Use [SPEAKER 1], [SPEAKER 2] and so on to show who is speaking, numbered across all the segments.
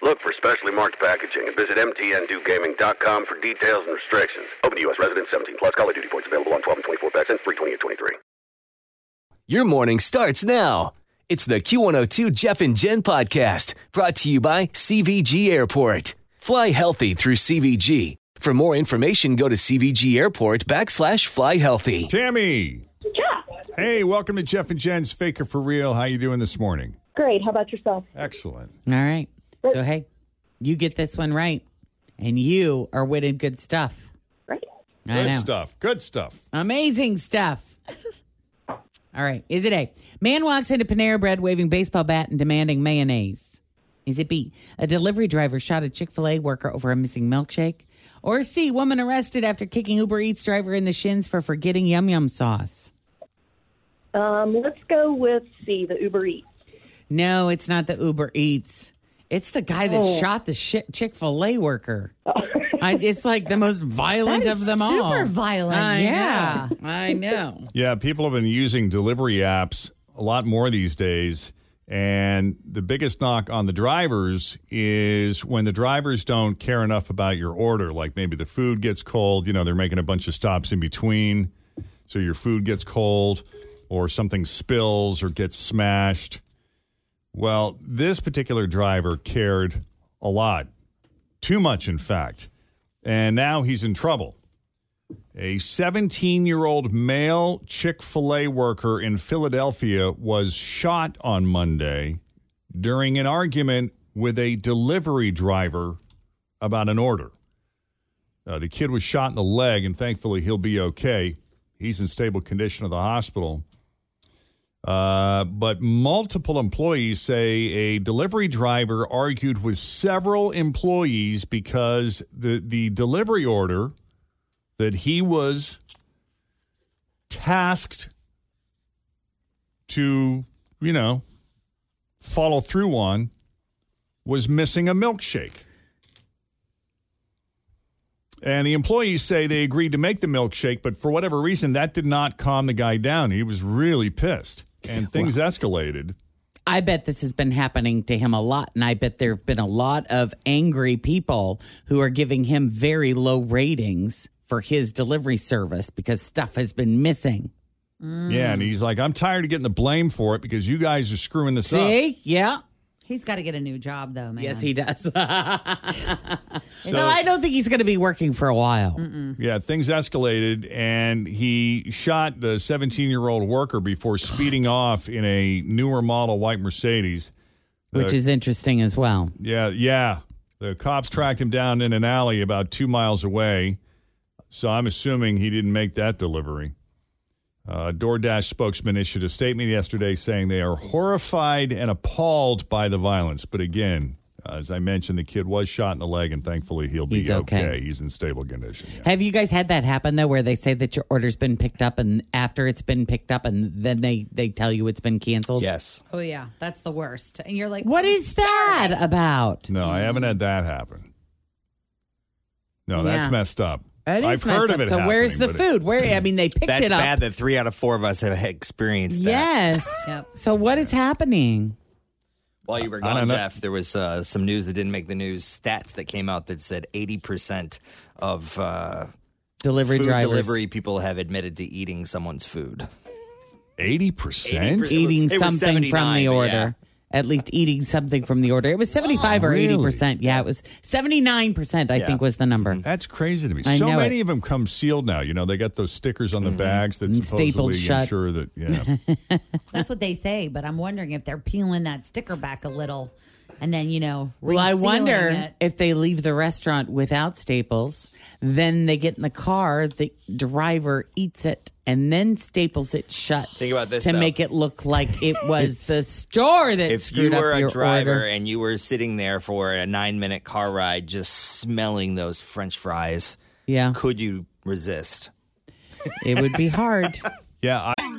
[SPEAKER 1] Look for specially marked packaging and visit mtndewgaming.com for details and restrictions. Open to U.S. residents 17 plus. Call of Duty points available on 12 and 24 packs and 320 and 23.
[SPEAKER 2] Your morning starts now. It's the Q102 Jeff and Jen podcast brought to you by CVG Airport. Fly healthy through CVG. For more information, go to CVG Airport backslash fly healthy.
[SPEAKER 3] Tammy. Hey, welcome to Jeff and Jen's Faker for Real. How you doing this morning?
[SPEAKER 4] Great. How about yourself?
[SPEAKER 3] Excellent.
[SPEAKER 5] All right. So hey, you get this one right, and you are winning good stuff.
[SPEAKER 4] Great.
[SPEAKER 5] I
[SPEAKER 3] Good
[SPEAKER 5] know.
[SPEAKER 3] stuff. Good stuff.
[SPEAKER 5] Amazing stuff. All right. Is it A? Man walks into Panera Bread waving baseball bat and demanding mayonnaise. Is it B? A delivery driver shot a Chick fil A worker over a missing milkshake. Or C? Woman arrested after kicking Uber Eats driver in the shins for forgetting yum yum sauce.
[SPEAKER 4] Um, let's go with C, the Uber Eats.
[SPEAKER 5] No, it's not the Uber Eats. It's the guy that
[SPEAKER 6] Oh.
[SPEAKER 5] shot the shit Chick fil A worker. I, it's like the most violent
[SPEAKER 6] That
[SPEAKER 5] of
[SPEAKER 6] is
[SPEAKER 5] them all.
[SPEAKER 6] super violent,
[SPEAKER 5] I
[SPEAKER 6] yeah.
[SPEAKER 5] know. I know.
[SPEAKER 3] Yeah, people have been using delivery apps a lot more these days. And the biggest knock on the drivers is when the drivers don't care enough about your order. Like maybe the food gets cold, you know, they're making a bunch of stops in between. So your food gets cold or something spills or gets smashed. Well, this particular driver cared a lot, too much, in fact. And now he's in trouble. A 17 year old male Chick fil A worker in Philadelphia was shot on Monday during an argument with a delivery driver about an order. Uh, the kid was shot in the leg, and thankfully he'll be okay. He's in stable condition at the hospital. Uh, but multiple employees say a delivery driver argued with several employees because the, the delivery order that he was tasked to, you know, follow through on was missing a milkshake. And the employees say they agreed to make the milkshake, but for whatever reason, that did not calm the guy down. He was really pissed, and things escalated.
[SPEAKER 5] I bet this has been happening to him a lot, and I bet there have been a lot of angry people who are giving him very low ratings for his delivery service because stuff has been missing.
[SPEAKER 3] Yeah, and he's like, "I'm tired of getting the blame for it because you guys are screwing this up."
[SPEAKER 5] See? Yeah.
[SPEAKER 6] He's got to get a new job, though, man.
[SPEAKER 5] Yes, he does.
[SPEAKER 3] So-
[SPEAKER 5] no, I don't think he's going to be working for a while.
[SPEAKER 3] Yeah, things escalated, and he shot the 17 year old worker before speeding off in a newer model white Mercedes.
[SPEAKER 5] Which
[SPEAKER 3] The-
[SPEAKER 5] is interesting as well.
[SPEAKER 3] Yeah, yeah. The cops tracked him down in an alley about two miles away. So I'm assuming he didn't make that delivery. Uh, DoorDash spokesman issued a statement yesterday saying they are horrified and appalled by the violence. But again, as I mentioned, the kid was shot in the leg, and thankfully he'll be
[SPEAKER 5] He's okay.
[SPEAKER 3] He's in stable condition. yeah.
[SPEAKER 5] Have you guys had that happen though, where they say that your order's been picked up, and after it's been picked up, and then they they tell you it's been canceled?
[SPEAKER 7] Yes.
[SPEAKER 6] Oh yeah, that's the worst. And you're like,
[SPEAKER 5] What is that about?
[SPEAKER 3] No, I haven't had that happen. No, that's
[SPEAKER 5] Yeah.
[SPEAKER 3] messed up.
[SPEAKER 5] That
[SPEAKER 3] I've
[SPEAKER 5] is messed
[SPEAKER 3] heard of
[SPEAKER 5] up.
[SPEAKER 3] it
[SPEAKER 5] So where's the
[SPEAKER 3] happening, but it-
[SPEAKER 5] food? Where I mean, they picked
[SPEAKER 7] That's
[SPEAKER 5] it up.
[SPEAKER 7] bad that three out of four of us have experienced that.
[SPEAKER 5] Yes.
[SPEAKER 6] Yep.
[SPEAKER 5] So what is happening?
[SPEAKER 7] While you were
[SPEAKER 3] I don't
[SPEAKER 7] gone,
[SPEAKER 3] know.
[SPEAKER 7] Jeff, there was uh, some news that didn't make the news. Stats that came out that said 80% of uh,
[SPEAKER 5] Delivery
[SPEAKER 7] food
[SPEAKER 5] drivers
[SPEAKER 7] delivery people have admitted to eating someone's food.
[SPEAKER 3] Eighty percent.
[SPEAKER 7] 80%.
[SPEAKER 5] eating
[SPEAKER 7] It was
[SPEAKER 5] something from
[SPEAKER 7] 79,
[SPEAKER 5] the
[SPEAKER 7] but
[SPEAKER 5] order.
[SPEAKER 7] yeah.
[SPEAKER 5] At least eating something from the order. It was 75 or 80%. Yeah, it was 79%, I think was the number.
[SPEAKER 3] That's crazy to me.
[SPEAKER 5] I
[SPEAKER 3] so
[SPEAKER 5] know
[SPEAKER 3] many
[SPEAKER 5] it. Mm-hmm.
[SPEAKER 3] of them come sealed now. You know, they got those stickers on the bags that
[SPEAKER 5] And
[SPEAKER 3] supposedly
[SPEAKER 5] stapled shut.
[SPEAKER 3] ensure that yeah.
[SPEAKER 6] That's what they say, but I'm wondering if they're peeling that sticker back a little, and then you know.
[SPEAKER 5] Well, I
[SPEAKER 6] resealing
[SPEAKER 5] wonder
[SPEAKER 6] it.
[SPEAKER 5] if they leave the restaurant without staples, then they get in the car, the driver eats it, and then staples it shut.
[SPEAKER 7] Think about this,
[SPEAKER 5] to
[SPEAKER 7] though.
[SPEAKER 5] make it look like it was the store that
[SPEAKER 7] If you
[SPEAKER 5] screwed
[SPEAKER 7] were
[SPEAKER 5] up your
[SPEAKER 7] a driver
[SPEAKER 5] order.
[SPEAKER 7] and you were sitting there for a nine minute car ride just smelling those french fries,
[SPEAKER 5] Yeah,
[SPEAKER 7] could you resist?
[SPEAKER 5] it would be hard.
[SPEAKER 3] Yeah, I,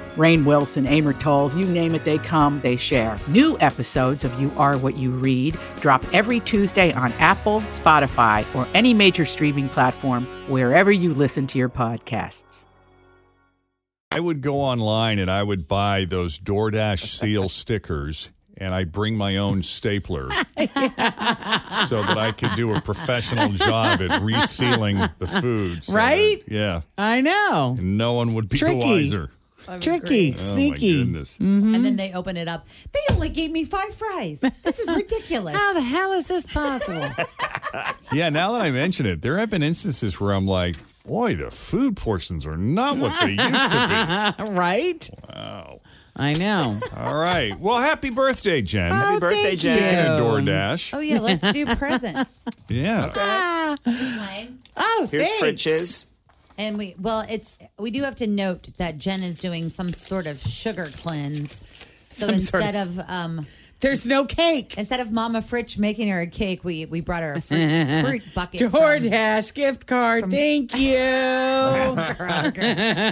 [SPEAKER 8] Rain Wilson, Amor Tolls, you name it, they come, they share. New episodes of You Are What You Read drop every Tuesday on Apple, Spotify, or any major streaming platform wherever you listen to your podcasts.
[SPEAKER 3] I would go online and I would buy those DoorDash seal stickers and I bring my own stapler so that I could do a professional job at resealing the food. so that-
[SPEAKER 5] Right?
[SPEAKER 3] yeah.
[SPEAKER 5] I know.
[SPEAKER 3] And no one would be
[SPEAKER 5] Tricky.
[SPEAKER 3] the wiser.
[SPEAKER 5] Tricky,
[SPEAKER 3] Oh my
[SPEAKER 5] sneaky.
[SPEAKER 3] goodness.
[SPEAKER 6] And then they open it up. They only gave me five fries. This is ridiculous.
[SPEAKER 5] How the hell is this possible?
[SPEAKER 3] Yeah, now that I mention it, there have been instances where I'm like, boy, the food portions are not what they used to
[SPEAKER 5] right? Wow. I know.
[SPEAKER 3] be. All right. Well, happy birthday, Jen. Happy
[SPEAKER 7] birthday,
[SPEAKER 5] Oh, thank
[SPEAKER 7] Jen.
[SPEAKER 5] you.
[SPEAKER 3] birthday, DoorDash.
[SPEAKER 6] Oh yeah, let's do presents.
[SPEAKER 3] Yeah.
[SPEAKER 5] Oh,
[SPEAKER 7] Here's
[SPEAKER 5] thanks.
[SPEAKER 7] French's.
[SPEAKER 6] And we well, it's we do have to note that Jen is doing some sort of sugar cleanse. So
[SPEAKER 5] Some sort
[SPEAKER 6] instead of, um
[SPEAKER 5] There's no cake.
[SPEAKER 6] instead of Mama Fritch making her a cake, we we brought her a fruit, fruit bucket. from-
[SPEAKER 5] DoorDash gift card. Thank you.
[SPEAKER 3] A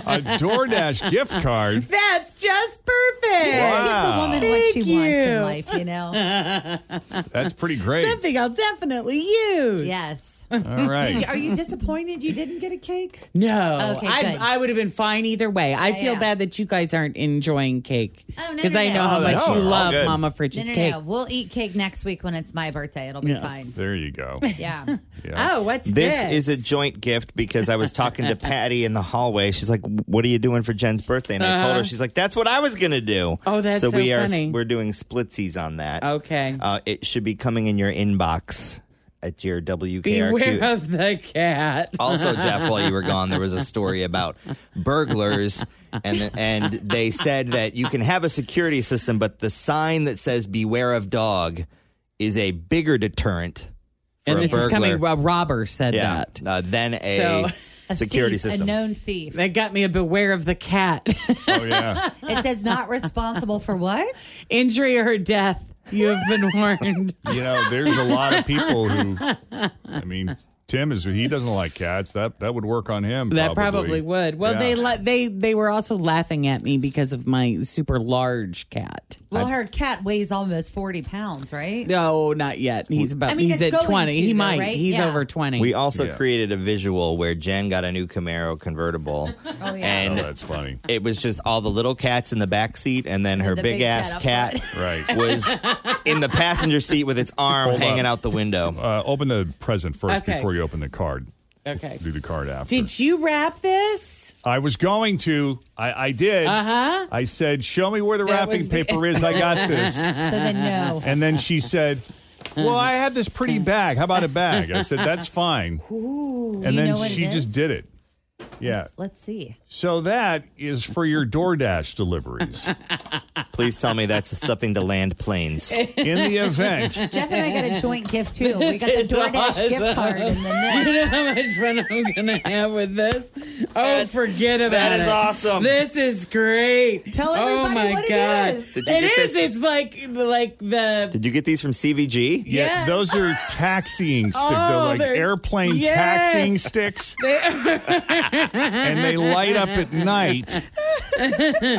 [SPEAKER 3] DoorDash gift card.
[SPEAKER 5] That's just perfect.
[SPEAKER 6] Give the woman what she
[SPEAKER 5] Thank
[SPEAKER 6] wants
[SPEAKER 5] you.
[SPEAKER 6] in life, you know.
[SPEAKER 3] That's pretty great.
[SPEAKER 5] Something I'll definitely use.
[SPEAKER 6] Yes.
[SPEAKER 3] All right.
[SPEAKER 6] Are you disappointed you didn't get a cake?
[SPEAKER 5] No,
[SPEAKER 6] Okay,
[SPEAKER 5] I,
[SPEAKER 6] good.
[SPEAKER 5] I would have been fine either way. I feel
[SPEAKER 6] yeah.
[SPEAKER 5] bad that you guys aren't enjoying cake
[SPEAKER 6] Oh, no,
[SPEAKER 5] because
[SPEAKER 6] no,
[SPEAKER 5] I
[SPEAKER 6] no.
[SPEAKER 5] know how
[SPEAKER 7] Oh,
[SPEAKER 5] much
[SPEAKER 7] no,
[SPEAKER 5] you
[SPEAKER 7] all
[SPEAKER 5] love
[SPEAKER 7] good.
[SPEAKER 5] Mama Fritch's
[SPEAKER 6] No, no,
[SPEAKER 5] cake.
[SPEAKER 6] no. We'll eat cake next week when it's my birthday. It'll be
[SPEAKER 5] Yes.
[SPEAKER 6] fine.
[SPEAKER 3] There you go.
[SPEAKER 6] Yeah.
[SPEAKER 5] Oh, what's
[SPEAKER 7] This is
[SPEAKER 5] this?
[SPEAKER 7] a joint gift because I was talking to Patty in the hallway. She's like, "What are you doing for Jen's birthday?" And I told her, she's like, "That's what I was gonna do."
[SPEAKER 5] Oh, that's so
[SPEAKER 7] we
[SPEAKER 5] funny.
[SPEAKER 7] are we're doing splitsies on that.
[SPEAKER 5] okay.
[SPEAKER 7] uh, it should be coming in your inbox at your WKRQ.
[SPEAKER 5] Beware of the cat.
[SPEAKER 7] also, Jeff, while you were gone, there was a story about burglars, and and they said that you can have a security system, but the sign that says "Beware of dog" is a bigger deterrent for
[SPEAKER 5] And
[SPEAKER 7] a
[SPEAKER 5] this is
[SPEAKER 7] burglar.
[SPEAKER 5] coming. A robber said
[SPEAKER 7] yeah,
[SPEAKER 5] that.
[SPEAKER 7] uh, than a
[SPEAKER 5] So-
[SPEAKER 6] A
[SPEAKER 7] security
[SPEAKER 6] thief,
[SPEAKER 7] system.
[SPEAKER 6] A known thief.
[SPEAKER 5] That got me a beware of the cat.
[SPEAKER 3] Oh, yeah.
[SPEAKER 6] It says not responsible for what?
[SPEAKER 5] Injury or death. You have been warned.
[SPEAKER 3] You know, there's a lot of people who, I mean, Tim is, he doesn't like cats. That that would work on him.
[SPEAKER 5] That probably would. Well,
[SPEAKER 3] Yeah.
[SPEAKER 5] they la- they they were also laughing at me because of my super large cat.
[SPEAKER 6] Well, her cat weighs almost 40 pounds, right?
[SPEAKER 5] No, not yet. He's about.
[SPEAKER 6] I mean,
[SPEAKER 5] he's
[SPEAKER 6] it's
[SPEAKER 5] at
[SPEAKER 6] going
[SPEAKER 5] twenty.
[SPEAKER 6] to,
[SPEAKER 5] he
[SPEAKER 6] though,
[SPEAKER 5] might.
[SPEAKER 6] right?
[SPEAKER 5] He's
[SPEAKER 6] Yeah.
[SPEAKER 5] over twenty.
[SPEAKER 7] We also
[SPEAKER 3] Yeah.
[SPEAKER 7] created a visual where Jen got a new Camaro convertible,
[SPEAKER 6] Oh, yeah.
[SPEAKER 3] Oh,
[SPEAKER 7] and
[SPEAKER 3] that's funny.
[SPEAKER 7] it was just all the little cats in the back seat, and then her
[SPEAKER 6] the
[SPEAKER 7] big,
[SPEAKER 6] big
[SPEAKER 7] ass
[SPEAKER 6] cat
[SPEAKER 7] cat,
[SPEAKER 6] up
[SPEAKER 3] Right.
[SPEAKER 7] was in the passenger seat with its arm
[SPEAKER 3] Hold
[SPEAKER 7] hanging
[SPEAKER 3] up.
[SPEAKER 7] out the window.
[SPEAKER 3] Uh, open the present first
[SPEAKER 5] Okay.
[SPEAKER 3] before you open the card.
[SPEAKER 5] okay.
[SPEAKER 3] Do the card after.
[SPEAKER 5] Did you wrap this?
[SPEAKER 3] I was going to. I, I did. Uh
[SPEAKER 6] Uh-huh.
[SPEAKER 3] huh. I said, "Show me where the
[SPEAKER 5] That
[SPEAKER 3] wrapping
[SPEAKER 5] was the-
[SPEAKER 3] paper is. I got this."
[SPEAKER 6] So then, no.
[SPEAKER 3] And then she said, "Well, I have this pretty bag. How about a bag?" I said, "That's fine."
[SPEAKER 6] Do
[SPEAKER 3] and
[SPEAKER 6] you
[SPEAKER 3] then
[SPEAKER 6] know what it
[SPEAKER 3] she
[SPEAKER 6] is?
[SPEAKER 3] just did it. Yeah.
[SPEAKER 6] Let's see.
[SPEAKER 3] So that is for your DoorDash deliveries.
[SPEAKER 7] Please tell me that's something to land planes.
[SPEAKER 3] In the event.
[SPEAKER 6] Jeff and I got a joint gift too. We got the
[SPEAKER 5] This is
[SPEAKER 6] DoorDash gift
[SPEAKER 5] awesome.
[SPEAKER 6] card in the mix.
[SPEAKER 5] You know how much fun I'm gonna have with this? Oh, forget about
[SPEAKER 7] that
[SPEAKER 5] it.
[SPEAKER 7] is awesome.
[SPEAKER 5] This is great.
[SPEAKER 7] Tell
[SPEAKER 5] oh
[SPEAKER 7] everybody
[SPEAKER 5] my
[SPEAKER 7] what it
[SPEAKER 5] god,
[SPEAKER 7] is. Did you
[SPEAKER 5] it
[SPEAKER 7] get
[SPEAKER 5] is.
[SPEAKER 7] this-
[SPEAKER 5] It's like like the
[SPEAKER 7] Did you get these from CVG?
[SPEAKER 5] Yeah, Yes.
[SPEAKER 3] those are taxiing
[SPEAKER 5] Oh,
[SPEAKER 3] sticks. they're like
[SPEAKER 5] they're-
[SPEAKER 3] airplane
[SPEAKER 5] Yes.
[SPEAKER 3] taxiing sticks,
[SPEAKER 5] and
[SPEAKER 3] and they light up at night.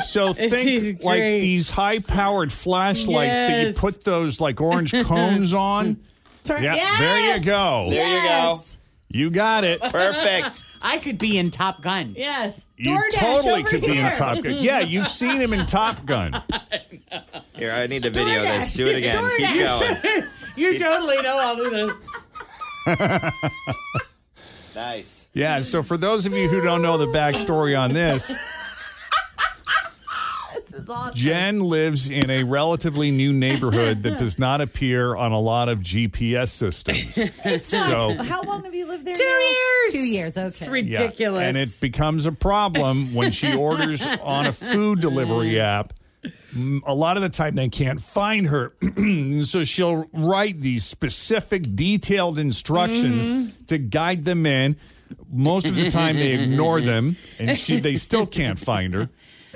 [SPEAKER 3] So
[SPEAKER 5] This is
[SPEAKER 3] think like
[SPEAKER 5] great.
[SPEAKER 3] these high-powered flashlights that you
[SPEAKER 5] Yes.
[SPEAKER 3] put those like orange cones on.
[SPEAKER 5] Turn-
[SPEAKER 3] yeah, there
[SPEAKER 5] Yes.
[SPEAKER 3] you go.
[SPEAKER 5] There you go. Yes.
[SPEAKER 3] You got it.
[SPEAKER 5] I could be in Top Gun. Yes.
[SPEAKER 3] You totally could be in Top Gun. Yeah, you've seen him in Top Gun.
[SPEAKER 7] Here, I need to video this. Do it again. Keep going.
[SPEAKER 5] DoorDash. you totally know I'll do this.
[SPEAKER 7] Nice.
[SPEAKER 3] Yeah, so for those of you who don't know the backstory on this, Jen lives in a relatively new neighborhood that does not appear on a lot of GPS systems.
[SPEAKER 6] It's not.
[SPEAKER 3] So-
[SPEAKER 6] how long have you lived there?
[SPEAKER 5] Two
[SPEAKER 6] now?
[SPEAKER 5] years.
[SPEAKER 6] Two years. Okay. It's
[SPEAKER 3] Yeah, And it becomes a problem when she orders on a food delivery app. Mm, A lot of the time they can't find her. so she'll write these specific, detailed instructions
[SPEAKER 5] Mm-hmm.
[SPEAKER 3] to guide them in. Most of the time they ignore them and she, they still can't find her.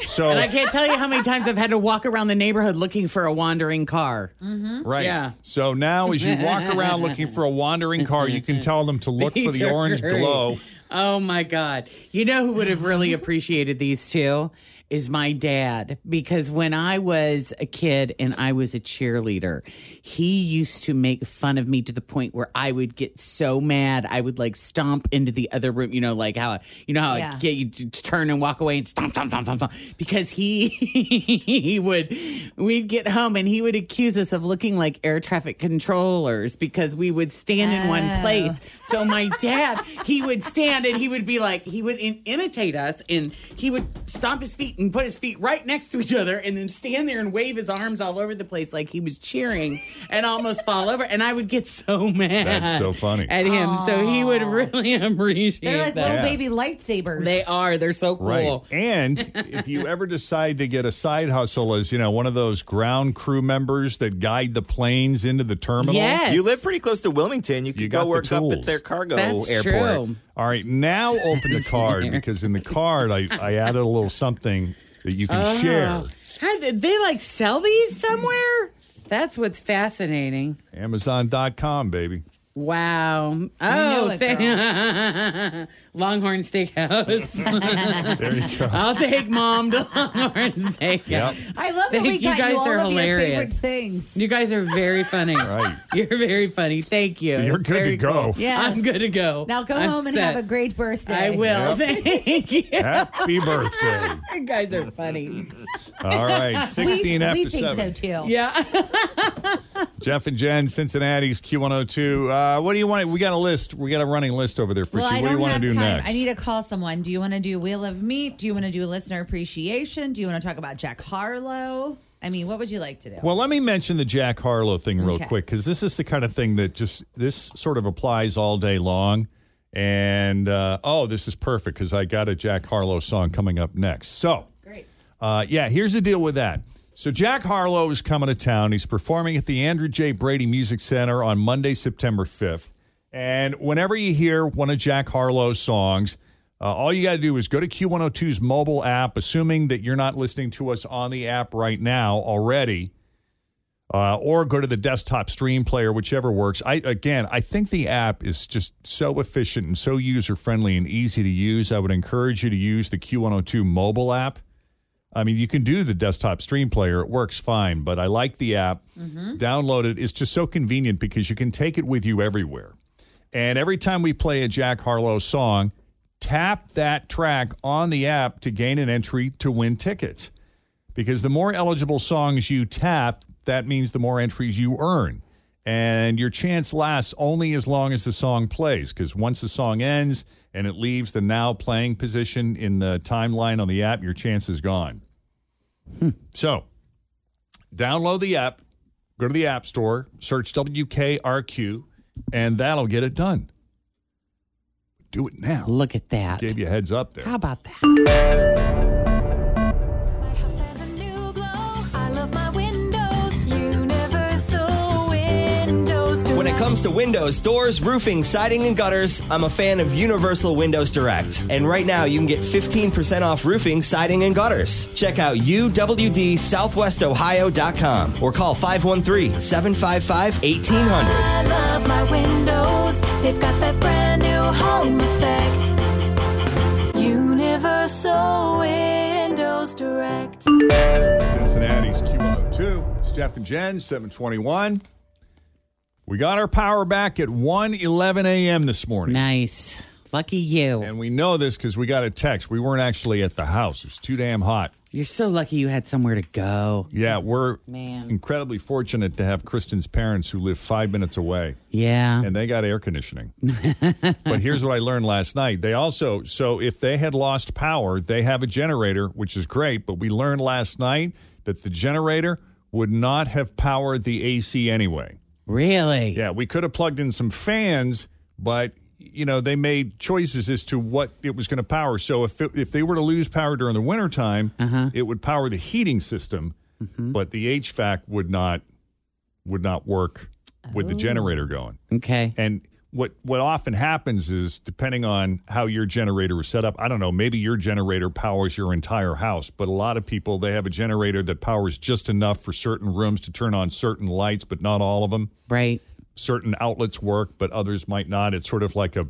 [SPEAKER 3] So
[SPEAKER 5] And I can't tell you how many times I've had to walk around the neighborhood looking for a wandering car.
[SPEAKER 3] Mm-hmm. Right.
[SPEAKER 5] Yeah.
[SPEAKER 3] So now, as you walk around looking for a wandering car, you can tell them to look for
[SPEAKER 5] These
[SPEAKER 3] the
[SPEAKER 5] are
[SPEAKER 3] orange
[SPEAKER 5] great.
[SPEAKER 3] glow.
[SPEAKER 5] Oh my God. You know who would have really appreciated these two is my dad. Because when I was a kid and I was a cheerleader, he used to make fun of me to the point where I would get so mad. I would like stomp into the other room. You know, like how, you know, how
[SPEAKER 6] Yeah.
[SPEAKER 5] I get you to to turn and walk away and stomp, stomp, stomp, stomp, stomp. Because he, he would, we'd get home and he would accuse us of looking like air traffic controllers because we would stand in
[SPEAKER 6] Oh.
[SPEAKER 5] one place. So my dad, he would stand and he would be like, he would in- imitate us and he would stomp his feet and put his feet right next to each other and then stand there and wave his arms all over the place like he was cheering and almost fall over. And I would get so mad.
[SPEAKER 3] That's so funny.
[SPEAKER 5] At him. So he would really appreciate
[SPEAKER 6] They're like
[SPEAKER 5] that.
[SPEAKER 6] little
[SPEAKER 3] Yeah.
[SPEAKER 6] baby lightsabers.
[SPEAKER 5] They are. They're so cool.
[SPEAKER 3] Right. And if you ever decide to get a side hustle as, you know, one of those ground crew members that guide the planes into the terminal.
[SPEAKER 5] Yes.
[SPEAKER 7] You live pretty close to Wilmington. You could
[SPEAKER 3] You got
[SPEAKER 7] go
[SPEAKER 3] the
[SPEAKER 7] work up
[SPEAKER 3] tools.
[SPEAKER 7] at their cargo
[SPEAKER 5] That's
[SPEAKER 7] airport.
[SPEAKER 5] true.
[SPEAKER 3] All right. Now open the card because in the card, I, I added a little something that you can
[SPEAKER 6] Oh.
[SPEAKER 3] share.
[SPEAKER 5] How did they like sell these somewhere? That's what's fascinating.
[SPEAKER 3] Amazon.com, baby.
[SPEAKER 5] Wow.
[SPEAKER 6] I
[SPEAKER 5] Oh,
[SPEAKER 6] knew it,
[SPEAKER 5] thank- Longhorn Steakhouse.
[SPEAKER 3] There you go.
[SPEAKER 5] I'll take mom to Longhorn Steakhouse.
[SPEAKER 3] Yep.
[SPEAKER 6] I love that
[SPEAKER 5] Thank
[SPEAKER 6] we
[SPEAKER 5] you
[SPEAKER 6] got you,
[SPEAKER 5] guys
[SPEAKER 6] all
[SPEAKER 5] are
[SPEAKER 6] of your favorite
[SPEAKER 5] hilarious.
[SPEAKER 6] things.
[SPEAKER 5] You guys are very funny.
[SPEAKER 3] Right.
[SPEAKER 5] You're very funny. Thank you.
[SPEAKER 3] So you're
[SPEAKER 5] It's
[SPEAKER 3] good to
[SPEAKER 5] very
[SPEAKER 3] go.
[SPEAKER 5] cool.
[SPEAKER 6] Yes.
[SPEAKER 5] I'm good to go.
[SPEAKER 6] Now go
[SPEAKER 5] I'm
[SPEAKER 6] home and
[SPEAKER 5] set.
[SPEAKER 6] have a great birthday.
[SPEAKER 5] I will. Thank you.
[SPEAKER 3] Happy birthday.
[SPEAKER 5] You guys are funny.
[SPEAKER 3] All right. 16
[SPEAKER 6] we,
[SPEAKER 3] after
[SPEAKER 6] we think
[SPEAKER 3] 7.
[SPEAKER 6] so too.
[SPEAKER 5] Yeah.
[SPEAKER 3] Jeff and Jen, Cincinnati's Q102. Uh, what do you want? We got a list. We got a running list over there for
[SPEAKER 6] Well,
[SPEAKER 3] you.
[SPEAKER 6] I
[SPEAKER 3] What do
[SPEAKER 6] don't
[SPEAKER 3] you want
[SPEAKER 6] have
[SPEAKER 3] to do
[SPEAKER 6] time.
[SPEAKER 3] next?
[SPEAKER 6] I need to call someone. Do you want to do Wheel of Meat? Do you want to do Listener Appreciation? Do you want to talk about Jack Harlow? I mean, what would you like to do?
[SPEAKER 3] well, let me mention the Jack Harlow thing real
[SPEAKER 6] Okay.
[SPEAKER 3] quick because this is the kind of thing that just this sort of applies all day long. And uh, oh, this is perfect because I got a Jack Harlow song coming up next. So,
[SPEAKER 6] Great.
[SPEAKER 3] Uh, yeah, here's the deal with that. So Jack Harlow is coming to town. He's performing at the Andrew J. Brady Music Center on Monday, September 5th. And whenever you hear one of Jack Harlow's songs, uh, all you got to do is go to Q102's mobile app, assuming that you're not listening to us on the app right now already, uh, or go to the desktop stream player, whichever works. I again, I think the app is just so efficient and so user friendly and easy to use. I would encourage you to use the Q102 mobile app. I mean, you can do the desktop stream player, it works fine, but I like the app. Download it. It's just so convenient because you can take it with you everywhere. And every time we play a Jack Harlow song, tap that track on the app to gain an entry to win tickets. Because the more eligible songs you tap, that means the more entries you earn. And your chance lasts only as long as the song plays. Because once the song ends and it leaves the now playing position in the timeline on the app, your chance is gone. So download the app, go to the App Store, search WKRQ, and that'll get it done. do it now.
[SPEAKER 5] Look at that.
[SPEAKER 3] Gave you a heads up there.
[SPEAKER 5] How about that?
[SPEAKER 7] When it comes to windows, doors, roofing, siding, and gutters, I'm a fan of Universal Windows Direct. And right now, you can get 15% off roofing, siding, and gutters. Check out uwdsouthwestohio.com or call 513 755 1800.
[SPEAKER 9] I love my windows. They've got that brand new home effect. Universal Windows Direct.
[SPEAKER 3] Cincinnati's Q102. It's Jeff and Jen, 721. We got our power back at 1 11 a.m. this morning.
[SPEAKER 5] Nice. Lucky you.
[SPEAKER 3] And we know this because we got a text. We weren't actually at the house, it was too damn hot.
[SPEAKER 5] You're so lucky you had somewhere to go.
[SPEAKER 3] Yeah, we're
[SPEAKER 5] Man.
[SPEAKER 3] incredibly fortunate to have Kristen's parents who live five minutes away.
[SPEAKER 5] Yeah.
[SPEAKER 3] And they got air conditioning. but here's what I learned last night. They also, so if they had lost power, they have a generator, which is great. But we learned last night that the generator would not have powered the AC anyway.
[SPEAKER 5] Really?
[SPEAKER 3] Yeah, we could have plugged in some fans, but. You know, they made choices as to what it was going to power. So if it, if they were to lose power during the wintertime, it would power the heating system, but the HVAC would not would not work with the generator going.
[SPEAKER 5] Okay.
[SPEAKER 3] And what what often happens is depending on how your generator is set up, I don't know, maybe your generator powers your entire house, but a lot of people they have a generator that powers just enough for certain rooms to turn on certain lights, but not all of them.
[SPEAKER 5] Right.
[SPEAKER 3] Certain outlets work, but others might not. It's sort of like a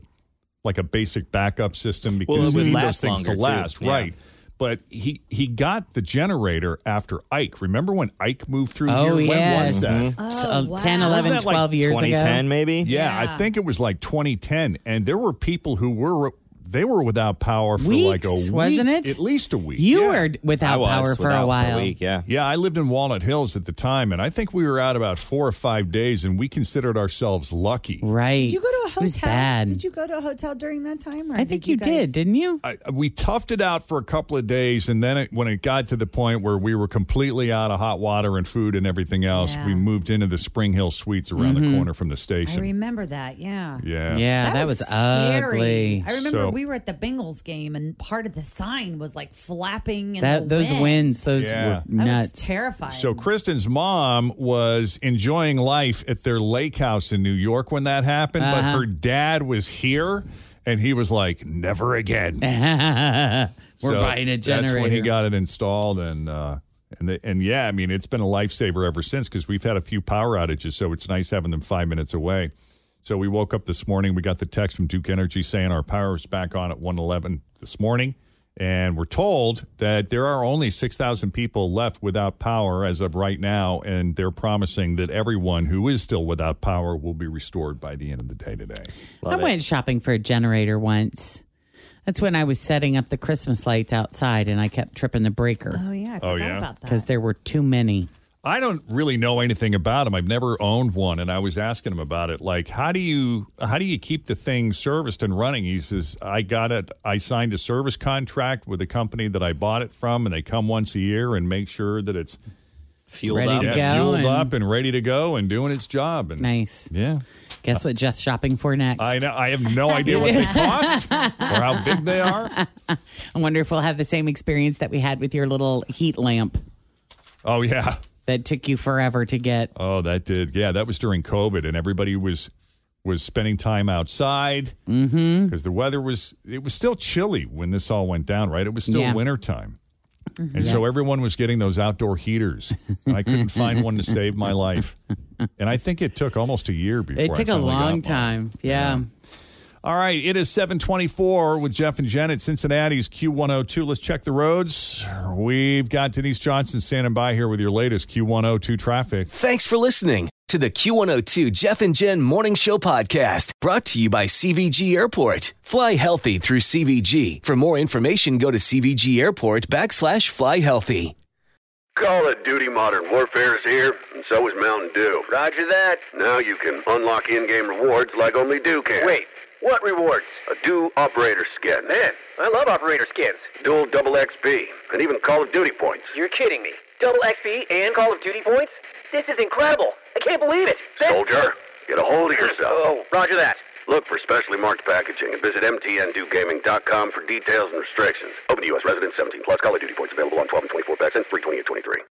[SPEAKER 3] like a basic backup system because
[SPEAKER 7] Well, it
[SPEAKER 3] we
[SPEAKER 7] would
[SPEAKER 3] need
[SPEAKER 7] last
[SPEAKER 3] those things to
[SPEAKER 7] longer, too.
[SPEAKER 3] last,
[SPEAKER 7] Yeah.
[SPEAKER 3] right? But he he got the generator after Ike. Remember when Ike moved through
[SPEAKER 5] Oh,
[SPEAKER 3] here? When
[SPEAKER 5] yes.
[SPEAKER 3] was
[SPEAKER 7] Mm-hmm.
[SPEAKER 3] that?
[SPEAKER 5] Mhm. So, Oh, wow. 10, 11,
[SPEAKER 3] Wasn't that
[SPEAKER 5] 12 years ago? 2010
[SPEAKER 7] maybe?
[SPEAKER 3] Yeah,
[SPEAKER 5] Yeah.
[SPEAKER 3] I think it was like 2010. And there were people who were they were without power for like a
[SPEAKER 5] Weeks,
[SPEAKER 3] week,
[SPEAKER 5] wasn't it?
[SPEAKER 3] At least a week.
[SPEAKER 5] You were without power for a while.
[SPEAKER 7] yeah.
[SPEAKER 3] Yeah, I lived in Walnut Hills at the time, and I think we were out about four or five days, and we considered ourselves lucky.
[SPEAKER 5] Right.
[SPEAKER 6] Did you go to a hotel?
[SPEAKER 5] It was bad.
[SPEAKER 6] Did you go to a hotel during that time? Or
[SPEAKER 5] I think you did, didn't you?
[SPEAKER 3] I, we toughed it out for a couple of days, and then it, when it got to the point where we were completely out of hot water and food and everything else, we moved into the Spring Hill Suites around
[SPEAKER 5] Mm-hmm.
[SPEAKER 3] the corner from the
[SPEAKER 6] I
[SPEAKER 3] station.
[SPEAKER 6] remember that. Yeah.
[SPEAKER 3] yeah,
[SPEAKER 5] Yeah, that, was, ugly.
[SPEAKER 6] I remember
[SPEAKER 3] So-
[SPEAKER 6] we were at the Bengals game, and part of the sign was like flapping. And
[SPEAKER 5] That
[SPEAKER 6] the
[SPEAKER 5] those
[SPEAKER 6] wind.
[SPEAKER 5] winds, those
[SPEAKER 3] Yeah.
[SPEAKER 5] were nuts.
[SPEAKER 6] terrified.
[SPEAKER 3] So Kristen's mom was enjoying life at their lake house in New York when that happened, but
[SPEAKER 5] Uh-huh.
[SPEAKER 3] her dad was here and he was like, "Never again."
[SPEAKER 5] we're
[SPEAKER 3] So
[SPEAKER 5] buying a generator.
[SPEAKER 3] That's when he got it installed, and uh, and the, and yeah, I mean, it's been a lifesaver ever since because we've had a few power outages, so it's nice having them five minutes away. So we woke up this morning. We got the text from Duke Energy saying our power is back on at 111 this morning. And we're told that there are only 6,000 people left without power as of right now. And they're promising that everyone who is still without power will be restored by the end of the day today.
[SPEAKER 5] I went shopping for a generator once. That's when I was setting up the Christmas lights outside and I kept tripping the breaker
[SPEAKER 6] oh yeah, I forgot
[SPEAKER 3] Oh, yeah?
[SPEAKER 6] about that.
[SPEAKER 5] because there were too many.
[SPEAKER 3] I don't really know anything about them. I've never owned one, and I was asking him about it. Like, how do you how do you keep the thing serviced and running? He says, "I got it. I signed a service contract with the company that I bought it from, and they come once a year and make sure that it's
[SPEAKER 7] Fueled
[SPEAKER 5] Ready
[SPEAKER 7] up.
[SPEAKER 5] to
[SPEAKER 3] yeah,
[SPEAKER 5] go
[SPEAKER 3] fueled
[SPEAKER 5] and-
[SPEAKER 3] up and ready to go and doing its job." And
[SPEAKER 5] Nice.
[SPEAKER 3] yeah,
[SPEAKER 5] Guess what Jeff's shopping for next?
[SPEAKER 3] I know. I have no idea what they cost or how big they are.
[SPEAKER 5] I wonder if we'll have the same experience that we had with your little heat lamp
[SPEAKER 3] Oh yeah.
[SPEAKER 5] that took you forever to get.
[SPEAKER 3] Oh, that did. Yeah, that was during COVID, and everybody was was spending time outside because
[SPEAKER 5] Mm-hmm.
[SPEAKER 3] the weather was it was still chilly when this all went down. Right, it was still
[SPEAKER 5] Yeah. Mm-hmm.
[SPEAKER 3] wintertime, and so everyone was getting those outdoor heaters. and I couldn't find one to save my life, and I think it took almost a year before.
[SPEAKER 5] It
[SPEAKER 3] I
[SPEAKER 5] took a
[SPEAKER 3] finally got
[SPEAKER 5] long
[SPEAKER 3] one.
[SPEAKER 5] time. Yeah.
[SPEAKER 3] All right, it is 724 with Jeff and Jen at Cincinnati's Q102. Let's check the roads. We've got Denise Johnson standing by here with your latest Q102 traffic.
[SPEAKER 2] Thanks for listening to the Q102 Jeff and Jen Morning Show podcast brought to you by CVG Airport. Fly healthy through CVG. For more information, go to CVG Airport backslash fly healthy.
[SPEAKER 1] Call of Duty Modern Warfare is here, and so is Mountain Dew.
[SPEAKER 10] Roger that.
[SPEAKER 1] Now you can unlock in-game rewards like only Dew can.
[SPEAKER 10] Wait, what rewards?
[SPEAKER 1] A Dew operator skin.
[SPEAKER 10] Man, I love operator skins.
[SPEAKER 1] Dual double XP, and even Call of Duty points.
[SPEAKER 10] You're kidding me. Double XP and Call of Duty points? This is incredible. I can't believe it. This-
[SPEAKER 1] Soldier, Get a hold of yourself.
[SPEAKER 10] Oh, roger that.
[SPEAKER 1] Look for specially marked packaging and visit mtndugaming.com for details and restrictions. Open to U.S. residents 17 plus. Call of duty points available on 12 and 24 packs and 320 and 23.